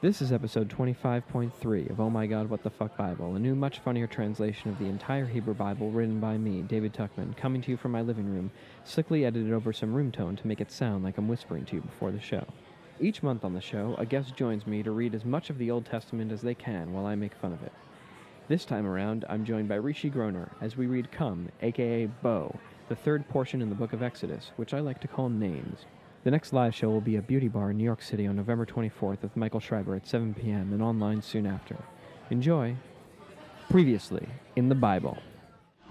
This is episode 25.3 of Oh My God, What the Fuck Bible, a new, much funnier translation of the entire Hebrew Bible written by me, David Tuckman, coming to you from my living room, slickly edited over some room tone to make it sound like I'm whispering to you before the show. Each month on the show, a guest joins me to read as much of the Old Testament as they can while I make fun of it. This time around, I'm joined by Rishi Groner as we read Come, aka Bo, the third portion in the book of Exodus, which I like to call Names. The next live show will be at Beauty Bar in New York City on November 24th with Michael Schreiber at 7 p.m. and online soon after. Enjoy. Previously in the Bible.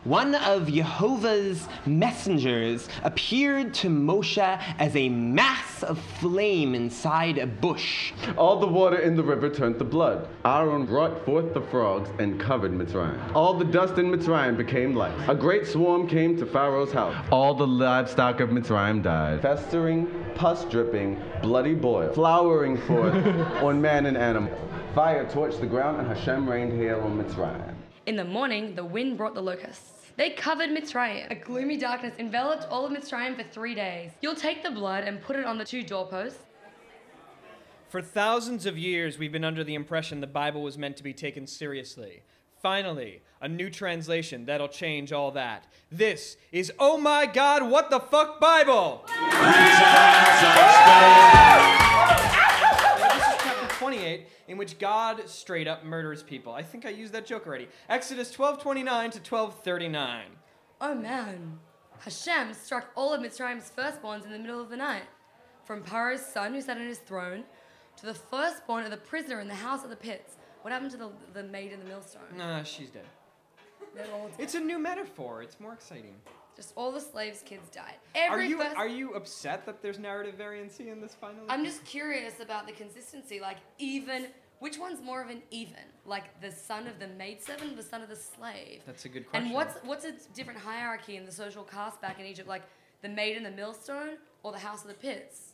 One of Jehovah's messengers appeared to Moshe as a mass of flame inside a bush. All the water in the river turned to blood. Aaron brought forth the frogs and covered Mitzrayim. All the dust in Mitzrayim became light. A great swarm came to Pharaoh's house. All the livestock of Mitzrayim died. Festering, pus dripping, bloody boil, flowering forth on man and animal. Fire torched the ground and Hashem rained hail on Mitzrayim. In the morning, the wind brought the locusts. They covered Mitzrayim. A gloomy darkness enveloped all of Mitzrayim for three days. You'll take the blood and put it on the two doorposts. For thousands of years, we've been under the impression the Bible was meant to be taken seriously. Finally, a new translation that'll change all that. This is Oh My God, What the Fuck Bible! This is chapter 28, in which God straight up murders people. I think I used that joke already. Exodus 12:29 to 12:39. Oh man! Hashem struck all of Mitzrayim's firstborns in the middle of the night. From Pharaoh's son who sat on his throne, to the firstborn of the prisoner in the house of the pits. What happened to the, the maid in the millstone? Ah, she's dead. They're all dead. It's a new metaphor. It's more exciting. Just all the slaves' kids died. Every are you first- are you upset that there's narrative variancy in this final? I'm just curious about the consistency. Like, even. Which one's more of an even? Like the son of the maidservant, the son of the slave? That's a good And question. what's what's a different hierarchy in the social caste back in Egypt? Like the maid in the millstone or the house of the pits?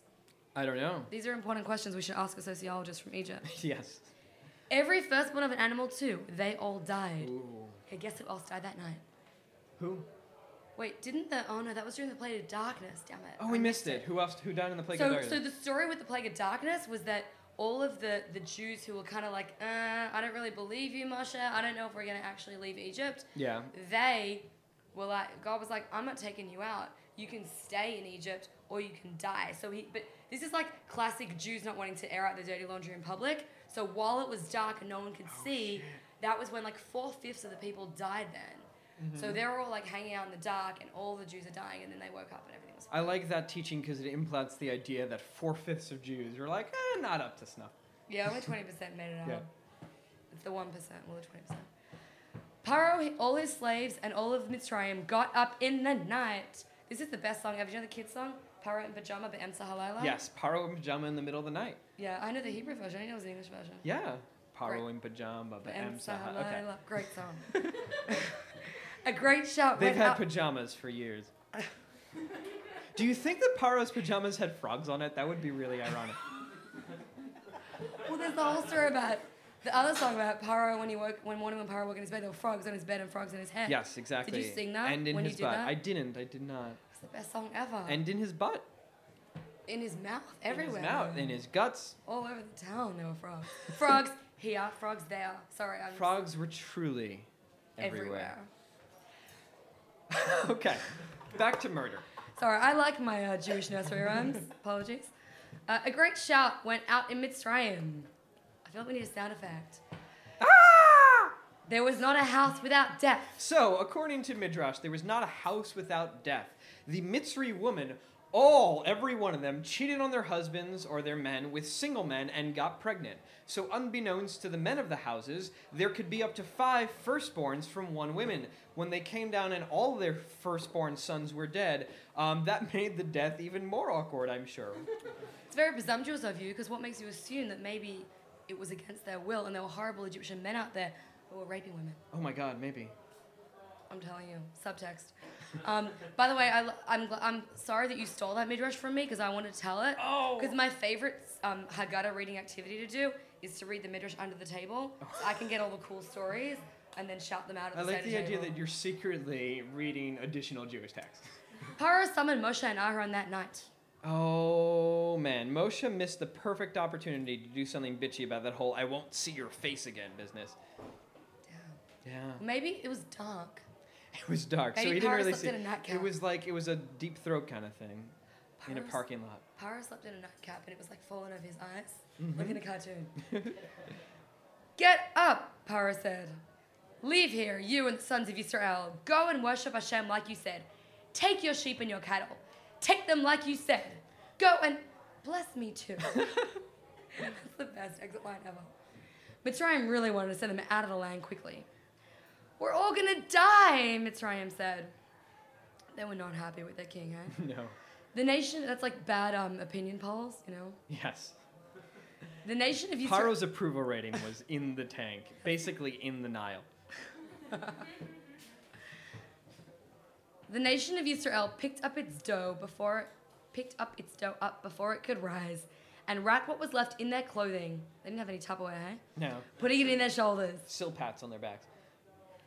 I don't know. These are important questions we should ask a sociologist from Egypt. Yes. Every firstborn of an animal, too, they all died. Okay, guess who else died that night? Who? Wait, didn't the. Oh no, that was during the Plague of Darkness, damn it. Oh, we missed it. Who else? Who died in the plague of So, Darius? so the story with the plague of darkness was that all of the, the Jews who were kind of like, uh, I don't really believe you, Moshe. I don't know if we're gonna actually leave Egypt. Yeah. They were like, God was like, I'm not taking you out. You can stay in Egypt or you can die. So he, but this is like classic Jews not wanting to air out their dirty laundry in public. So while it was dark and no one Oh, could see, that was when like four fifths of the people died then. Mm-hmm. So they were all like hanging out in the dark, and all the Jews are dying, and then they woke up and everything was I like that teaching because it implants the idea that four fifths of Jews are like, eh, not up to snuff. Yeah, only twenty percent made it out. Yeah. It's the one percent, well, the twenty percent. Paro, all his slaves, and all of Mitzrayim got up in the night. This is the best song ever. Do you know the kids' song? Paro in pajama, by Emsa Halala. Yes, paro in pajama in the middle of the night. Yeah, I know the Hebrew version. I didn't know it was the English version. Yeah. Paro Right. in pajama, but By em Emsa saha. Okay. Halala. Great song. A great shout. They've went had up. pajamas for years. Do you think that Paro's pajamas had frogs on it? That would be really ironic. Well, there's the whole story about the other song about Paro when he woke one morning when Paro woke in his bed. There were frogs on his bed and frogs in his head. Yes, exactly. Did you sing that And in when his you did butt. that? Oh. I didn't. I did not. It's the best song ever. And in his butt. in his mouth, everywhere. In his mouth. In his guts. All over the town there were frogs. Frogs here, frogs there. Sorry, I'm Frogs were truly everywhere. everywhere. okay. Back to murder. Sorry, I like my uh, Jewish nursery rhymes. Apologies. Uh, a great shout went out in Mitzrayim. I feel like we need a sound effect. There was not a house without death. So, according to Midrash, there was not a house without death. The Mitzri woman, all, every one of them, cheated on their husbands or their men with single men and got pregnant. So, unbeknownst to the men of the houses, there could be up to five firstborns from one woman. When they came down and all their firstborn sons were dead, um, that made the death even more awkward, I'm sure. It's very presumptuous of you because what makes you assume that maybe it was against their will and there were horrible Egyptian men out there who were raping women? Oh my god, maybe. I'm telling you, subtext. Um, by the way, I, am I'm sorry that you stole that midrash from me because I want to tell it. Oh. Because my favorite um, Haggadah reading activity to do is to read the midrash under the table. So I can get all the cool stories and then shout them out at I the like Seder the idea table. that you're secretly reading additional Jewish texts. Paro summoned Moshe and Aaron that night. Oh man, Moshe missed the perfect opportunity to do something bitchy about that whole "I won't see your face again" business. Yeah, Maybe it was dark. it was dark, so Maybe he didn't Kara really slept see. in a nightcap. It was like it was a deep throat kind of thing, in a Kara s- parking lot. Pyro slept in a nightcap and it was like falling over his eyes, like in a cartoon. Get up, Pyro said. Leave here, you and the sons of Israel. Go and worship Hashem like you said. Take your sheep and your cattle. Take them like you said. Go and bless me too. That's the best exit line ever. Mitzrayim really wanted to send them out of the land quickly. We're all gonna die, Mitzrayim said. They were not happy with their king, eh? No. The nation, that's like bad um, opinion polls, you know? Yes. The nation of Israel. Paro's approval rating was in the tank, basically in the Nile. The nation of Israel picked up its dough before picked up its dough up before it could rise, and wrapped what was left in their clothing. They didn't have any Tupperware, eh? No. Putting it in their shoulders. Still pats on their backs.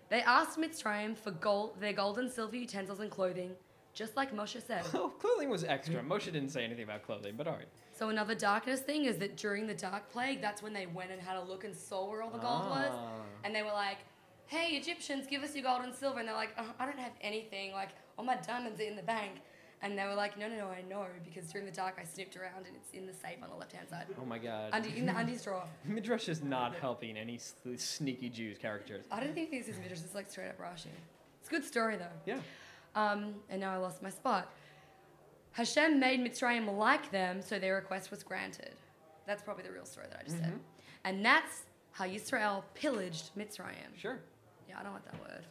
They asked Mitzrayim for gold, their gold and silver utensils and clothing, just like Moshe said. Oh, clothing was extra. Moshe didn't say anything about clothing, but all right. so another darkness thing is that during the dark plague, that's when they went and had a look and saw where all the gold was, Ah. and they were like, "Hey, Egyptians, give us your gold and silver." And they're like, uh, "I don't have anything. Like, all my diamonds are in the bank." And they were like, "No, no, no, I know because during the dark I snooped around and it's in the safe on the left hand side, Oh my god. under in the undies drawer." Midrash is not helping any s- sneaky Jews characters. I don't think this is midrash. It's like straight up Rashi. It's a good story though. Yeah. Um, and now I lost my spot. Hashem made Mitzrayim like them, so their request was granted. That's probably the real story that I just said. Mm-hmm. And that's how Yisrael pillaged Mitzrayim. Sure. Yeah, I don't like that word.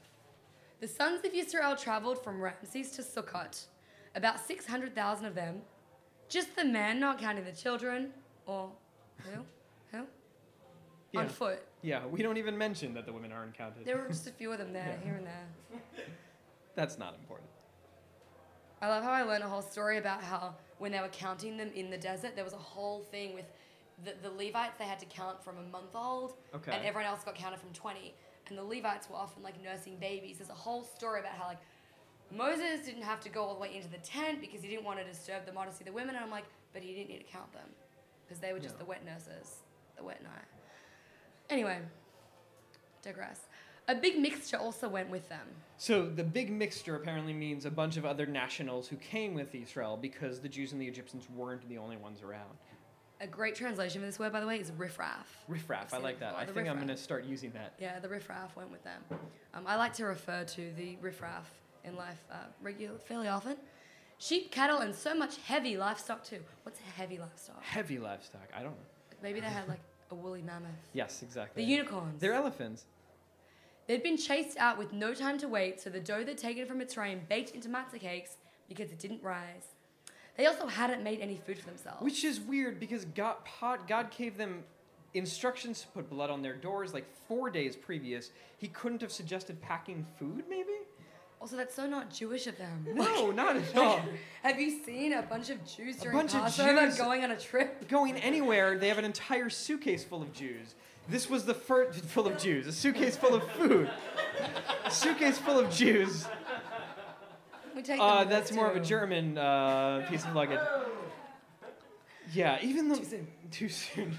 The sons of Yisrael traveled from Ramses to Sukkot, about 600,000 of them, just the men, not counting the children, or who? Who? Yeah. On foot. Yeah, we don't even mention that the women aren't counted. There were just a few of them there, Yeah. here and there. That's not important. I love how I learned a whole story about how when they were counting them in the desert, there was a whole thing with the, the Levites, they had to count from a month old, Okay. and everyone else got counted from 20. And the Levites were often like nursing babies. There's a whole story about how, like, Moses didn't have to go all the way into the tent because he didn't want to disturb the modesty of the women. And I'm like, but he didn't need to count them because they were just No. the wet nurses, the wet night. Anyway, digress. A big mixture also went with them. So the big mixture apparently means a bunch of other nationals who came with Israel because the Jews and the Egyptians weren't the only ones around. A great translation for this word, by the way, is riffraff. I've Riffraff, I seen it like that. before, I the think I'm riffraff. going to start using that. Yeah, the riffraff went with them. Um, I like to refer to the riffraff in life uh, regular, fairly often. Sheep, cattle, and so much heavy livestock too. What's heavy livestock? Heavy livestock. I don't know. Maybe they had like a woolly mammoth. Yes, The exactly. unicorns. They're elephants. They'd been chased out with no time to wait, so the dough they'd taken from its train baked into matzah cakes because it didn't rise. They also hadn't made any food for themselves. Which is weird because God, pot, God gave them instructions to put blood on their doors like four days previous. He couldn't have suggested packing food, maybe? also, that's so not Jewish of them. No, not at all. Like, have you seen a bunch of Jews during bunch of Passover Jews- going on a trip? Going anywhere, they have an entire suitcase full of Jews. This was the first full of Jews, a suitcase full of food, a suitcase full of Jews. We take them Uh, with that's us, more of a too. German uh, piece of luggage. Yeah, even though too soon.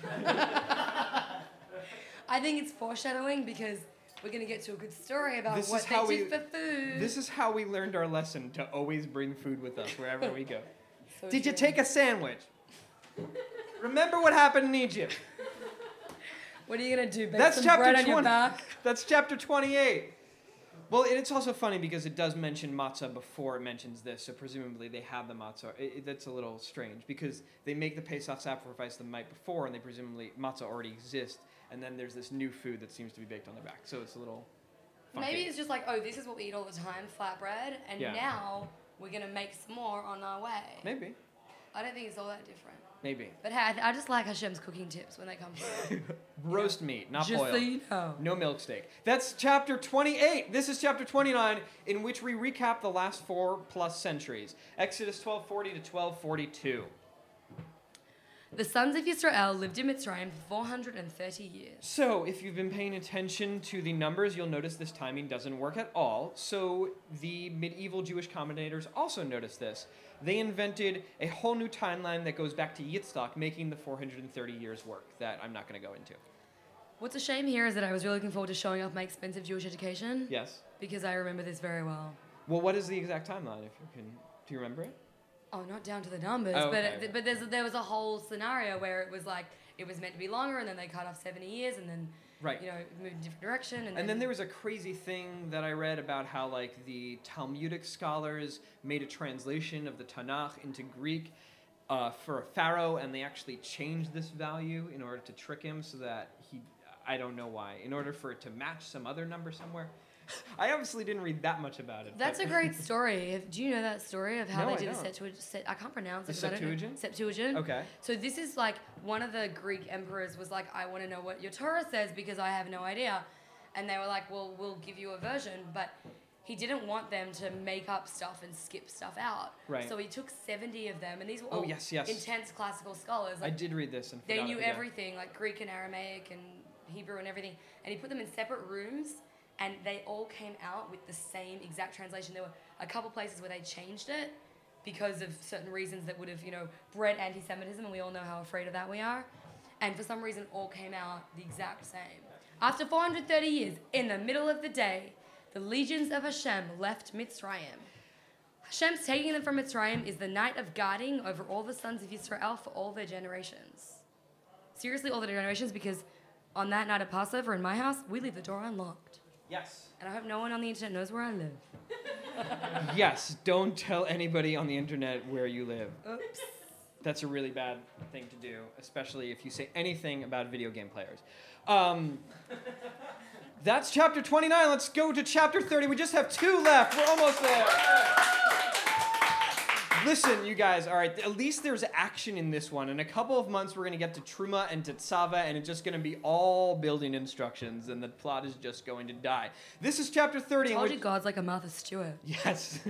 I think it's foreshadowing because we're gonna get to a good story about This what is they how do we- for food. This is how we learned our lesson to always bring food with us wherever we go. So Did you true. take a sandwich? Remember what happened in Egypt? What are you gonna do? Bake That's some chapter bread on your 20. back. That's chapter 28. Well, and it's also funny because it does mention matzah before it mentions this, so presumably they had the matzah. It, it- that's a little strange because they make the Pesach sacrifice the night before, and they presumably matzah already exists, and then there's this new food that seems to be baked on their back. So it's a little. funky. Maybe it's just like, oh, this is what we eat all the time, flatbread, and Yeah. now we're gonna make some more on our way. Maybe. I don't think it's all that different. Maybe. But hey, I, I just like Hashem's cooking tips when they come through. Roast meat, not just boiled. so you know. No milk steak. That's chapter 28. This is chapter 29, in which we recap the last four plus centuries Exodus 1240 to 1242. The sons of Israel lived in Mitzrayim for 430 years. So, if you've been paying attention to the numbers, you'll notice this timing doesn't work at all. So, the medieval Jewish commentators also noticed this. They invented a whole new timeline that goes back to Yitzhak, making the 430 years work that I'm not going to go into. What's a shame here is that I was really looking forward to showing off my expensive Jewish education. Yes. Because I remember this very well. Well, what is the exact timeline? If you can, do you remember it? Oh, not down to the numbers, Oh, but okay. it, but there's, there was a whole scenario where it was like it was meant to be longer, and then they cut off 70 years, and then Right. you know it moved in a different direction, and, And then there was a crazy thing that I read about how like the Talmudic scholars made a translation of the Tanakh into Greek uh, for a pharaoh, and they actually changed this value in order to trick him so that he, I don't know why, in order for it to match some other number somewhere. I obviously didn't read that much about it. That's but- a great story. If- Do you know that story of how No, I they did the don't. Septuagint? Set, I can't pronounce The it. 'cause I don't know- Septuagint? Septuagint. Okay. So this is like one of the Greek emperors was like, I want to know what your Torah says because I have no idea, and they were like, Well, we'll give you a version, but he didn't want them to make up stuff and skip stuff out. Right. So he took seventy of them, and these were Oh, all yes, yes. intense classical scholars. I Like, did read this and they forgot knew it, yeah. everything, like Greek and Aramaic and Hebrew and everything. And he put them in separate rooms, and they all came out with the same exact translation. There were a couple places where they changed it because of certain reasons that would have, you know, bred anti-Semitism, and we all know how afraid of that we are. And for some reason, all came out the exact same. After 430 years, in the middle of the day, the legions of Hashem left Mitzrayim. Hashem's taking them from Mitzrayim is the night of guarding over all the sons of Israel for all their generations seriously all the generations because on that night at Passover in my house, we leave the door unlocked. Yes. And I hope no one on the internet knows where I live. Yes. Don't tell anybody on the internet where you live. Oops. That's a really bad thing to do, especially if you say anything about video game players. Um, that's chapter 29. Let's go to chapter 30. We just have two left. We're almost there. Listen, you guys, all right, at least there's action in this one. In a couple of months, we're going to get to Truma and Tetsava, and it's just going to be all building instructions, and the plot is just going to die. This is chapter 30. in Told which- you God's like a Martha Stewart. Yes,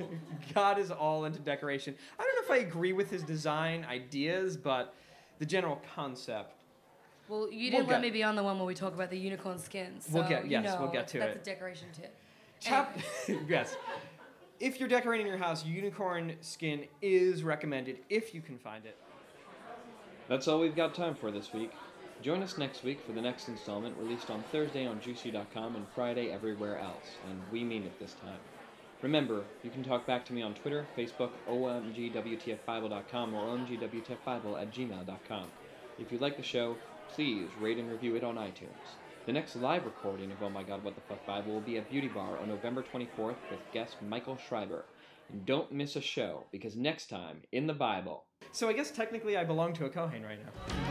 God is all into decoration. I don't know if I agree with his design ideas, but the general concept. Well, you We'll didn't let get- me be on the one where we talk about the unicorn skins. So We'll get- yes, you know, we'll get to that's it. a decoration tip. Chap- yes. If you're decorating your house, unicorn skin is recommended if you can find it. That's all we've got time for this week. Join us next week for the next installment released on Thursday on juicy.com and Friday everywhere else, and we mean it this time. Remember, you can talk back to me on Twitter, Facebook, omgwtfbible.com, or omgwtfbible at gmail.com. If you like the show, please rate and review it on iTunes. The next live recording of Oh My God, What the Fuck Bible will be at Beauty Bar on November 24th with guest Michael Schreiber. And don't miss a show, because next time, in the Bible. So I guess technically I belong to a Kohen right now.